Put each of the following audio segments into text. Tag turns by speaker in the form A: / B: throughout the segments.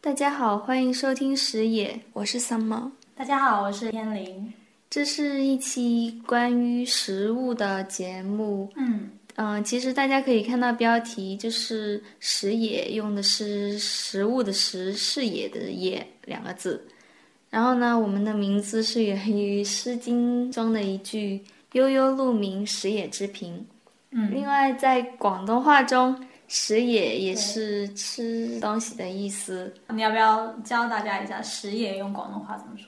A: 大家好，欢迎收听食野，我是 Summer。
B: 大家好，我是天灵。
A: 这是一期关于食物的节目。
B: 嗯，
A: 嗯、其实大家可以看到标题，就是“食野”用的是食物的“食”，视野的“野”两个字。然后呢，我们的名字是源于《诗经》中的一句“悠悠鹿鸣，食野之苹”。
B: 嗯，
A: 另外在广东话中，“食野”也是吃东西的意思。
B: 你要不要教大家一下食野用广东话怎么 说？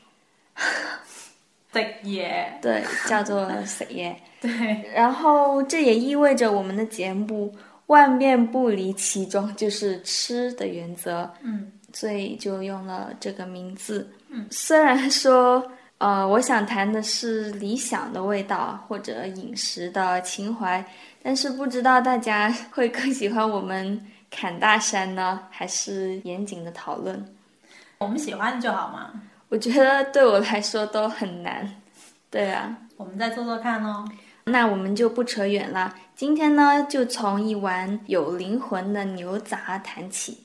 B: 对野，
A: 对，叫 做“食野”。
B: 对，
A: 然后这也意味着我们的节目万变不离其中，就是吃的原则，
B: 嗯
A: 所以就用了这个名字。
B: 嗯，
A: 虽然说，呃，我想谈的是理想的味道或者饮食的情怀，但是不知道大家 会更喜欢我们侃大山呢，还是严谨的讨论？
B: 我们喜欢就好嘛，
A: 我觉得对我来说都很难。对啊，
B: 我们再做做看哦。
A: 那我们就不扯远了，今天呢，就从一碗有灵魂的牛杂谈起。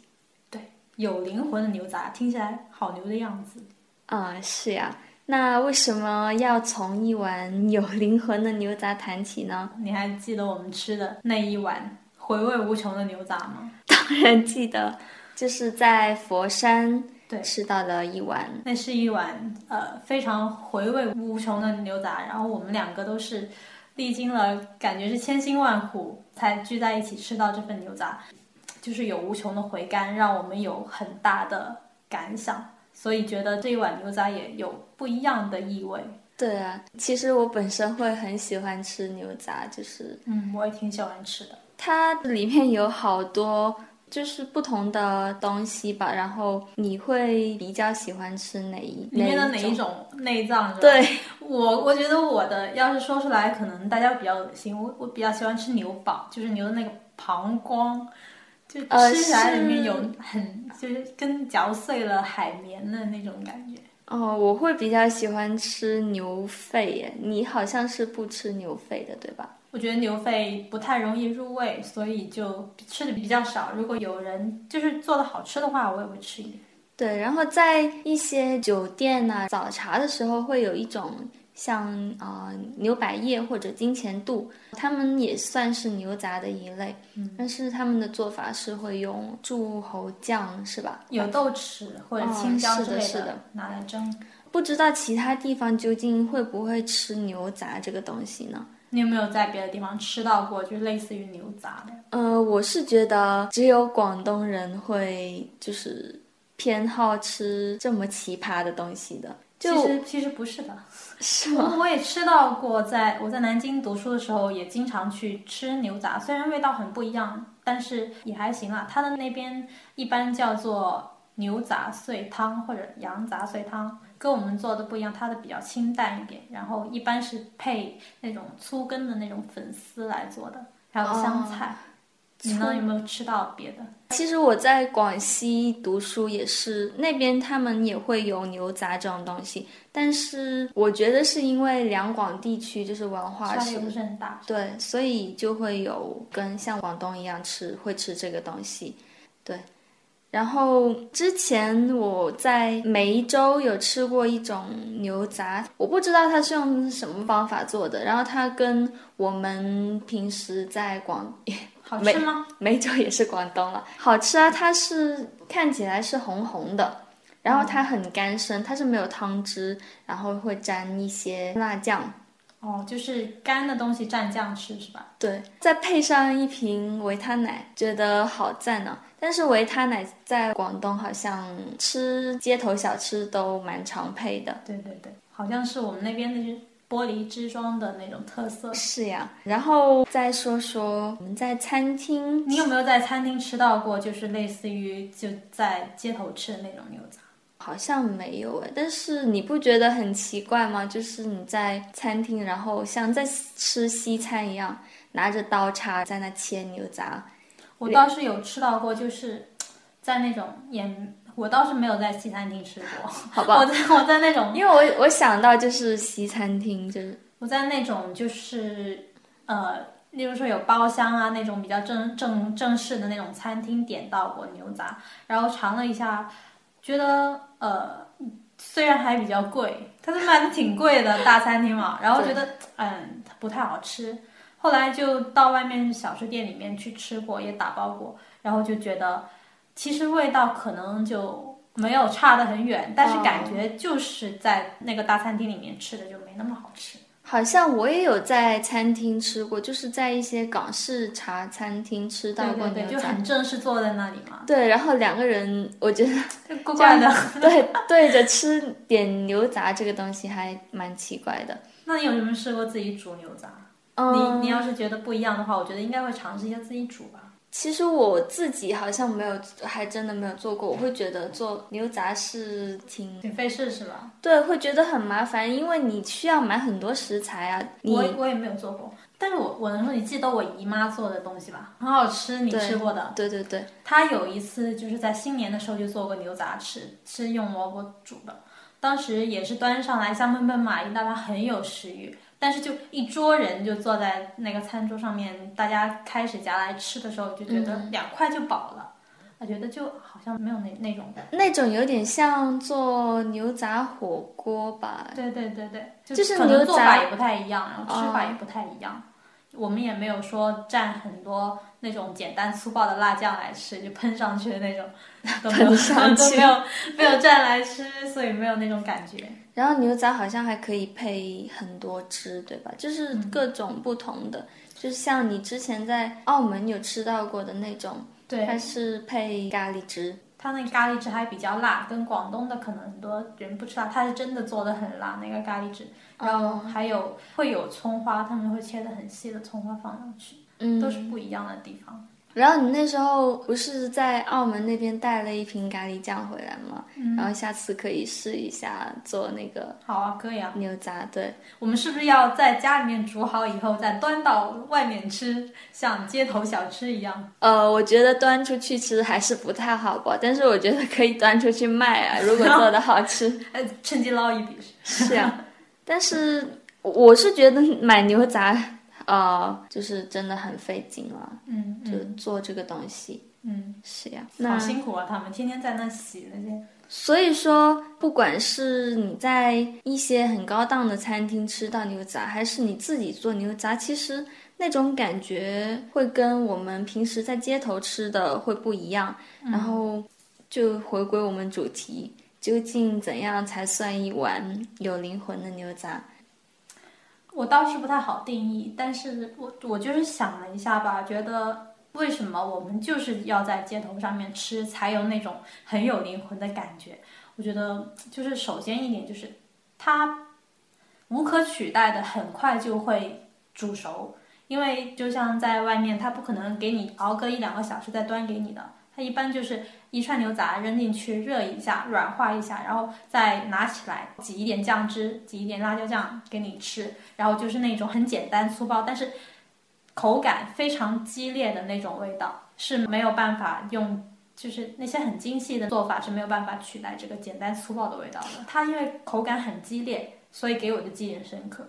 B: 对，有灵魂的牛杂听起来好牛的样子。
A: 啊、是呀，那为什么要从一碗有灵魂的牛杂谈起呢？
B: 你还记得我们吃的那一碗回味无穷的牛杂吗？
A: 当然记得，就是在佛山
B: 对
A: 吃到的一碗，
B: 那是一碗呃非常回味无穷的牛杂，然后我们两个都是历经了感觉是千辛万苦才聚在一起吃到这份牛杂，就是有无穷的回甘，让我们有很大的感想，所以觉得这一碗牛杂也有不一样的意味。
A: 对啊，其实我本身会很喜欢吃牛杂，就是
B: 嗯，我也挺喜欢吃的。
A: 它里面有好多就是不同的东西吧，然后你会比较喜欢吃哪一
B: 里面的哪
A: 一
B: 一
A: 种？
B: 种内脏？
A: 对，。
B: 我我觉得我的要是说出来，可能大家比较恶心。我我比较喜欢吃牛膀，就是牛的那个膀胱，就
A: 呃
B: 吃起来
A: 是
B: 里面有很、就是跟嚼碎了海绵的那种感觉。
A: 哦，我会比较喜欢吃牛肺耶，你好像是不吃牛肺的，对吧？
B: 我觉得牛肺不太容易入味，所以就吃的比较少。如果有人就是做的好吃的话，我也会吃一点。
A: 对，然后在一些酒店呐、早茶的时候会有一种像呃牛百叶或者金钱肚，他们也算是牛杂的一类，
B: 嗯
A: 但是他们的做法是会用柱侯酱，是吧？
B: 有豆豉或者
A: 哦
B: 青椒
A: 是
B: 之
A: 的
B: 类
A: 是的嗯
B: 拿来蒸。
A: 不知道其他地方究竟会不会吃牛杂这个东西呢？
B: 你有没有在别的地方吃到过，就是类似于牛杂的？
A: 呃，我是觉得只有广东人会就是偏好吃这么奇葩的东西的，
B: 其
A: 就
B: 实其实不是的。
A: 是
B: 我我也吃到过在，我在南京读书的时候，也经常去吃牛杂，虽然味道很不一样，但是也还行啦。它的那边一般叫做牛杂碎汤或者羊杂碎汤，跟我们做的不一样，它的比较清淡一点，然后一般是配那种粗根的那种粉丝来做的，还有
A: 哦
B: 香菜。你呢？有没有吃到别的？
A: 其实我在广西读书也是，那边他们也会有牛杂这种东西，但是我觉得是因为两广地区就是文化
B: 差别
A: 是
B: 不是很大。
A: 对，所以就会有跟像广东一样吃会吃这个东西，对。然后之前我在梅州有吃过一种牛杂，我不知道它是用什么方法做的，然后它跟我们平时在广
B: 好吃吗？
A: 梅州也是广东了，好吃啊！它是看起来是红红的，然后它很干身，它是没有汤汁，然后会沾一些辣酱。
B: 哦，就是干的东西蘸酱吃是吧？
A: 对，再配上一瓶维他奶，觉得好赞呢、但是维他奶在广东好像吃街头小吃都蛮常配的。
B: 对对对，好像是我们那边的就是玻璃支装的那种特色。
A: 是呀，然后再说说我们在餐厅，
B: 你有没有在餐厅吃到过，就是类似于就在街头吃的那种牛杂？
A: 好像没有诶，但是你不觉得很奇怪吗？就是你在餐厅，然后像在吃西餐一样，拿着刀叉在那切牛杂，
B: 我倒是有吃到过，就是在那种也，我倒是没有在西餐厅吃过。
A: 好吧？
B: 我在我在 那种
A: 因为我我想到就是西餐厅，就是
B: 我在那种就是呃，例如说有包厢啊那种比较正正正式的那种餐厅点到过牛杂，然后尝了一下，觉得呃，虽然还比较贵，它是卖的挺贵的大餐厅嘛，然后觉得嗯它不太好吃，后来就到外面小吃店里面去吃过，也打包过，然后就觉得其实味道可能就没有差得很远，但是感觉就是在那个大餐厅里面吃的就没那么好吃。
A: 好像我也有在餐厅吃过，就是在一些港式茶餐厅吃到过
B: 对
A: 牛
B: 对对，
A: 杂。
B: 就很正式坐在那 里嘛，
A: 对，然后两个人，我觉得
B: 就怪怪的。
A: 对对着吃点牛杂这个东西还蛮奇怪的。
B: 那你有没有试过自己煮牛杂？
A: 嗯，
B: 你你要是觉得不一样的话，我觉得应该会尝试一下自己煮吧。
A: 其实我自己好像没有，还真的没有做过。我会觉得做牛杂是挺
B: 挺费事是吧？
A: 对，会觉得很麻烦，因为你需要买很多食材啊。你
B: 我我也没有做过，但是我我能说你记得我姨妈做的东西吧？很好吃，你吃过的。
A: 对对对，
B: 她有一次就是在新年的时候就做过牛杂吃，是用萝卜煮的。当时也是端上来香喷喷嘛，一大盘很有食欲。但是就一桌人就坐在那个餐桌上面，大家开始夹来吃的时候，就觉得两块就饱了。我觉得就好像没有那那种，
A: 那种有点像做牛杂火锅吧。
B: 对对对对，
A: 就是哦
B: 可
A: 牛
B: 能做
A: 杂
B: 法也不太一样，然后吃法也不太一样。我们也没有说蘸很多那种简单粗暴的辣酱来吃，就喷上去的那 种，都没有
A: 喷上去
B: 都没有没有蘸来吃，所以没有那种感觉。
A: 然后牛杂好像还可以配很多汁，对吧？就是
B: 嗯
A: 各种不同的，就是像你之前在澳门有吃到过的那种，
B: 对，
A: 它是配咖喱汁。
B: 它那咖喱汁还比较辣，跟广东的可能很多人不吃辣，它是真的做的很辣那个咖喱汁。然后
A: 哦
B: 还有会有葱花，他们会切的很细的葱花放上去，
A: 嗯，
B: 都是不一样的地方。
A: 然后你那时候不是在澳门那边带了一瓶咖喱酱回来吗？
B: 嗯
A: 然后下次可以试一下做那个
B: 好啊，可以啊。
A: 牛杂，对，
B: 我们是不是要在家里面煮好以后再端到外面吃，像街头小吃一样？
A: 呃，我觉得端出去吃还是不太好吧，但是我觉得可以端出去卖啊，如果做的好吃，
B: 呃，趁机捞一笔。
A: 是啊，但是我是觉得买牛杂，呃，就是真的很费劲了，
B: 嗯
A: 就
B: 嗯
A: 做这个东西，
B: 嗯，
A: 是呀、
B: 好
A: 那
B: 辛苦啊！他们天天在那洗那些。
A: 所以说，不管是你在一些很高档的餐厅吃到牛杂，还是你自己做牛杂，其实那种感觉会跟我们平时在街头吃的会不一样。
B: 嗯
A: 然后就回归我们主题，究竟怎样才算一碗有灵魂的牛杂？
B: 我倒是不太好定义，但是我我就是想了一下吧，觉得为什么我们就是要在街头上面吃，才有那种很有灵魂的感觉？我觉得就是首先一点就是它无可取代的，很快就会煮熟，因为就像在外面，它不可能给你熬个一两个小时再端给你的。它一般就是一串牛杂扔进去热一下，软化一下，然后再拿起来挤一点酱汁，挤一点辣椒酱给你吃，然后就是那种很简单粗暴，但是口感非常激烈的那种味道是没有办法用。就是那些很精细的做法是没有办法取代这个简单粗暴的味道的。它因为口感很激烈，所以给我的记忆很深刻。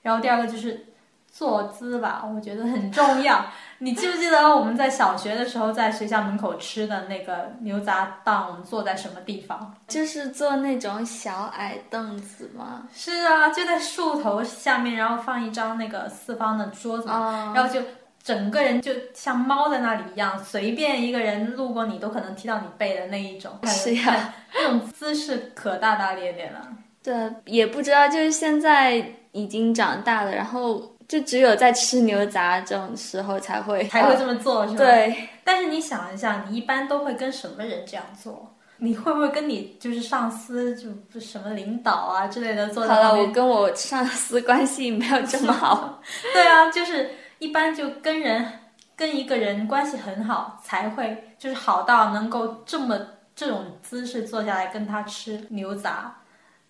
B: 然后第二个就是坐姿吧，我觉得很重要。你记不记得我们在小学的时候在学校门口吃的那个牛杂档，我们坐在什么地方？
A: 就是做那种小矮凳子嘛，
B: 是啊，就在树头下面，然后放一张那个四方的桌子，
A: 啊、
B: 然后就整个人就像猫在那里一样，随便一个人路过你都可能踢到你背的那一种。
A: 是呀，
B: 那种姿势可大大咧咧了。
A: 对，也不知道，就是现在已经长大了，然后就只有在吃牛杂这种时候才会
B: 才会这么做，是吧？
A: 对，
B: 但是你想一下，你一般都会跟什么人这样做？你会不会跟你就是上司，就不什么领导啊之类的坐在
A: 好了，
B: 旁边
A: 我跟我上司关系没有这么 好，
B: 对啊，就是一般就跟人跟一个人关系很好，才会就是好到能够这么这种姿势坐下来跟他吃牛杂，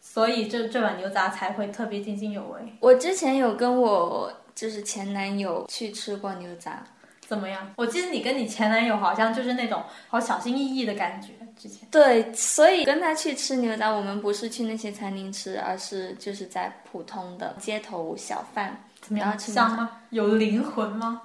B: 所以这这碗牛杂才会特别津津有味。
A: 我之前有跟我就是前男友去吃过牛杂，
B: 怎么样？我记得你跟你前男友好像就是那种好小心翼翼的感觉，之前
A: 对，所以跟他去吃牛杂，我们不是去那些餐厅吃，而是就是在普通的街头小贩，
B: 怎么
A: 然
B: 样？
A: 后吃
B: 像吗？有灵魂吗？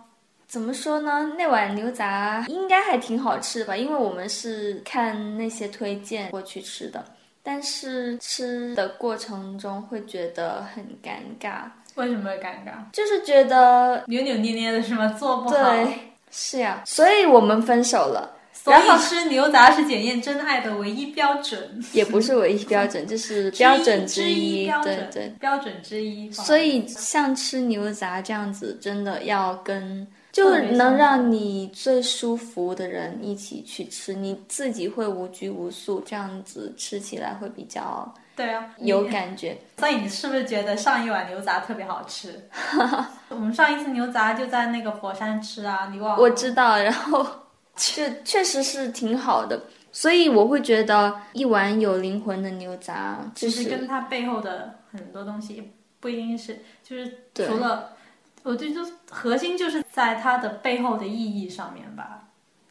A: 怎么说呢？那碗牛杂应该还挺好吃吧，因为我们是看那些推荐过去吃的。但是吃的过程中会觉得很尴尬，
B: 为什么会尴尬？呃
A: 就是觉得
B: 扭扭捏捏的是吗？做不好。
A: 对，是呀，所以我们分手了。
B: 所以吃牛杂是检验真爱的唯一标准，
A: 也不是唯一标准， 就是标准之一。
B: 标
A: 对
B: 准
A: 对，
B: 标准之一。
A: 所以像吃牛杂这样子，真的要跟就能让你最舒服的人一起去吃，你自己会无拘无束，这样子吃起来会比较
B: 对啊，
A: 有
B: 你
A: 感觉。
B: 所以你是不是觉得上一碗牛杂特别 好吃？我们上一次牛杂就在那个佛山吃啊，你忘了？
A: 我知道，然 后就确实是挺好的，所以我会觉得一碗有灵魂的牛杂，啊就
B: 其实
A: 是
B: 跟它背后的很多东西不一定是，就是除了，我觉得就是核心就是在它的背后的意义上面吧，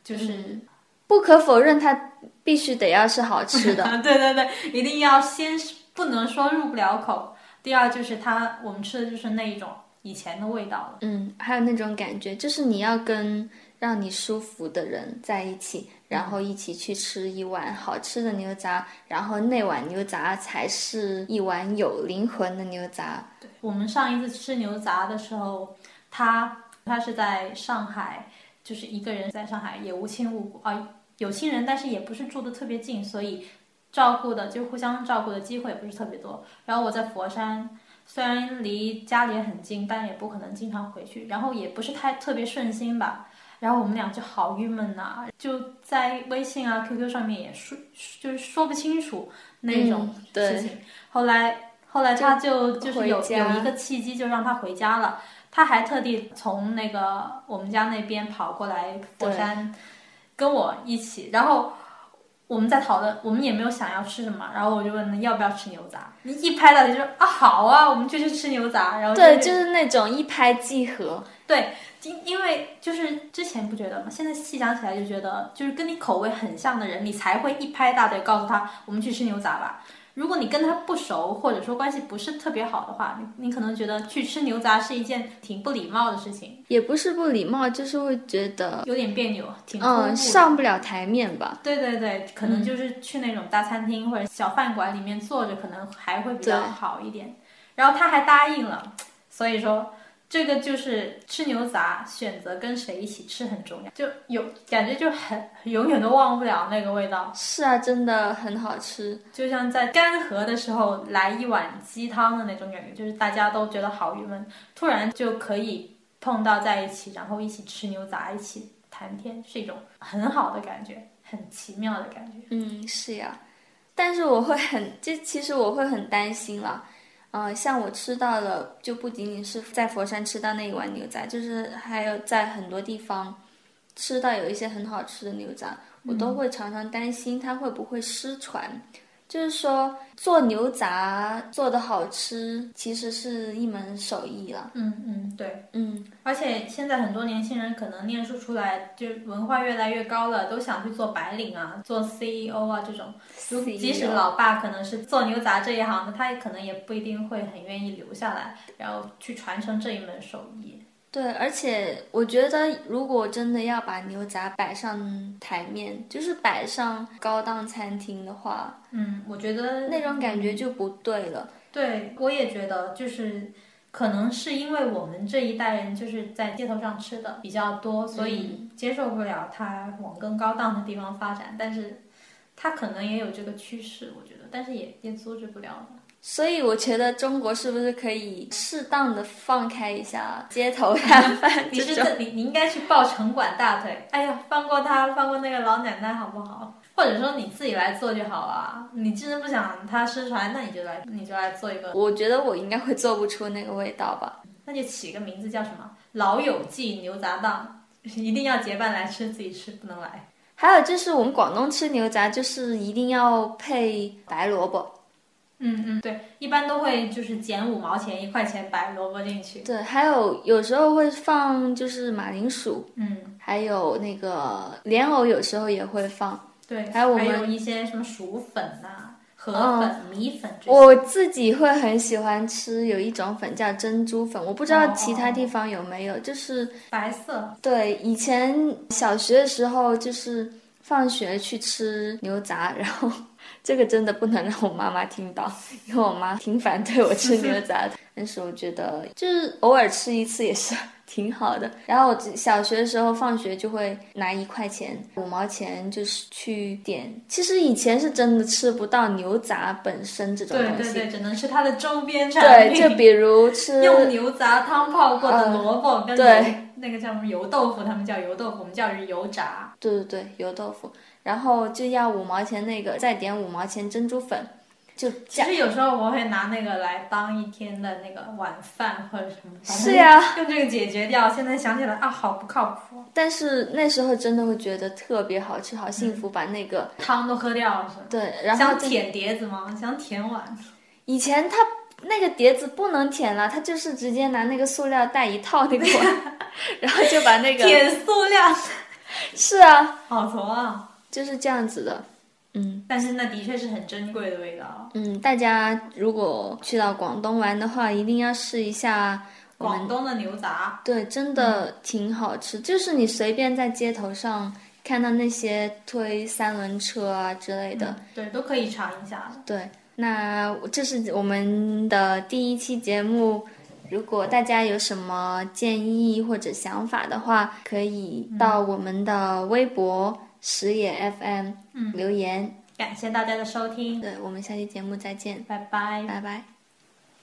B: 就是。
A: 嗯不可否认，它必须得要是好吃的。
B: 对对对，一定要先是不能说入不了口。第二就是它，我们吃的就是那一种以前的味道了。
A: 嗯，还有那种感觉，就是你要跟让你舒服的人在一起，然后一起去吃一碗好吃的牛杂，然后那碗牛杂才是一碗有灵魂的牛杂。
B: 对，我们上一次吃牛杂的时候，他他是在上海，就是一个人在上海，也无亲无故啊、有亲人，但是也不是住的特别近，所以照顾的就互相照顾的机会也不是特别多。然后我在佛山，虽然离家里也很近，但也不可能经常回去，然后也不是太特别顺心吧。然后我们俩就好郁闷呐、就在微信啊、QQ 上面也说，就是说不清楚那种
A: 嗯对
B: 事情。后来，后来他就
A: 就
B: 就是有
A: 回家
B: 有一个契机，就让他回家了。他还特地从那个我们家那边跑过来佛山，跟我一起。然后我们在讨论，我们也没有想要吃什么。然后我就问他要不要吃牛杂，你一拍大腿就说啊好啊，我们就去吃牛杂。啊然后
A: 对，
B: 就
A: 就是那种一拍即合。
B: 对， 因因为就是之前不觉得嘛，现在细想起来就觉得，就是跟你口味很像的人，你才会一拍大腿告诉他我们去吃牛杂吧。如果你跟他不熟，或者说关系不是特别好的话，你你可能觉得去吃牛杂是一件挺不礼貌的事情，
A: 也不是不礼貌，就是会觉得，
B: 有点别扭，挺突兀的
A: 嗯，上不了台面吧。嗯
B: 对对对，可能就是去那种大餐厅或者小饭馆里面坐着，可能还会比较
A: 对
B: 好一点。然后他还答应了，所以说这个就是吃牛杂，选择跟谁一起吃很重要，就有感觉就很永远都忘不了那个味道，
A: 是啊，真的很好吃。
B: 就像在干涸的时候来一碗鸡汤的那种感觉，就是大家都觉得好郁闷，突然就可以碰到在一起，然后一起吃牛杂，一起谈天，是一种很好的感觉，很奇妙的感觉。
A: 嗯，是呀、但是我会很，这其实我会很担心啦。嗯、像我吃到了，就不仅仅是在佛山吃到那一碗牛杂，就是还有在很多地方吃到有一些很好吃的牛杂，我
B: 嗯
A: 都会常常担心它会不会失传。就是说，做牛杂做的好吃，其实是一门手艺啦。
B: 嗯嗯，对，
A: 嗯，
B: 而且现在很多年轻人可能念书出来，就是文化越来越高了，都想去做白领啊，做 CEO 啊这种。如即使
A: CEO
B: 老爸可能是做牛杂这一行的，他也可能也不一定会很愿意留下来，然后去传承这一门手艺。
A: 对，而且我觉得，如果真的要把牛杂摆上台面，就是摆上高档餐厅的话，
B: 嗯，我觉得嗯
A: 那种感觉就不对了。
B: 对，我也觉得就是。可能是因为我们这一代人就是在街头上吃的比较多，所
A: 嗯
B: 以接受不了它往更高档的地方发展。但是，它可能也有这个趋势，我觉得，但是也也阻止 不了的。
A: 所以我觉得中国是不是可以适当的放开一下街 头摊贩
B: 你
A: 这
B: 是
A: 种？
B: 这你你应该去抱城管大腿，哎呀，放过他，放过那个老奶奶好不好？或者说你自己来做就好啊。你真的不想它失传，那你就来你就来做一个，
A: 我觉得我应该会做不出那个味道吧。
B: 那就起个名字叫什么“老友记牛杂档”，一定要结伴来吃，自己吃不能来。
A: 还有就是我们广东吃牛杂，就是一定要配白萝卜，
B: 嗯嗯，对，一般都会就是减五毛钱一块钱白萝卜进去。
A: 对，还有有时候会放就是马铃薯，
B: 嗯，
A: 还有那个莲藕，有时候也会放。
B: 对，
A: 还有我们哦
B: 一些什么薯粉呐、河粉、米粉这些。
A: 我自己会很喜欢吃有一种粉叫珍珠粉，我不知道
B: 哦
A: 其他地方有没有，就是
B: 白色
A: 对以前小学的时候就是放学去吃牛杂，然后 这个真的不能让我妈妈听到，因为我妈挺反对我吃牛杂的，但是我觉得就是偶尔吃一次也是挺好的。然后我只小学的时候放学就会拿一块钱、五毛钱，就是去点。其实以前是真的吃不到牛杂本身这种
B: 对
A: 东
B: 对
A: 西，
B: 对，只能是它的周边产
A: 就
B: 品。
A: 比如吃
B: 用牛杂汤泡过的
A: 嗯
B: 萝卜跟
A: 对
B: 那个叫什么油豆腐，他们叫油豆腐，我们叫油炸。
A: 对对对，油豆腐，然后就要五毛钱那个，再点五毛钱珍珠粉，就
B: 其
A: 加。
B: 实有时候我会拿那个来当一天的那个晚饭或者什么，反正
A: 是呀
B: 用这个解决掉。现在想起来啊，好不靠谱，
A: 但是那时候真的会觉得特别好吃，好幸福，把那个
B: 汤都喝掉了是吧。
A: 对，然后
B: 想
A: 就
B: 舔碟子吗？想舔碗？
A: 以前它那个碟子不能舔了，它就是直接拿那个塑料袋一套那个碗，然后就把那 个
B: 舔塑料？
A: 是啊，
B: 好挫啊！
A: 就是这样子的。嗯
B: 但是那的确是很珍贵的味道。
A: 嗯，大家如果去到广东玩的话，一定要试一下我们
B: 广东的牛杂，
A: 对，真
B: 嗯
A: 的挺好吃。就是你随便在街头上看到那些推三轮车啊之类的。
B: 嗯对，都可以尝一下的。
A: 对，那这是我们的第一期节目。如果大家有什么建议或者想法的话，可以
B: 嗯
A: 到我们的微博“石野 FM”、
B: 嗯
A: 留言。
B: 感谢大家的收听，
A: 对，我们下期节目再见，
B: 拜拜。
A: 拜拜。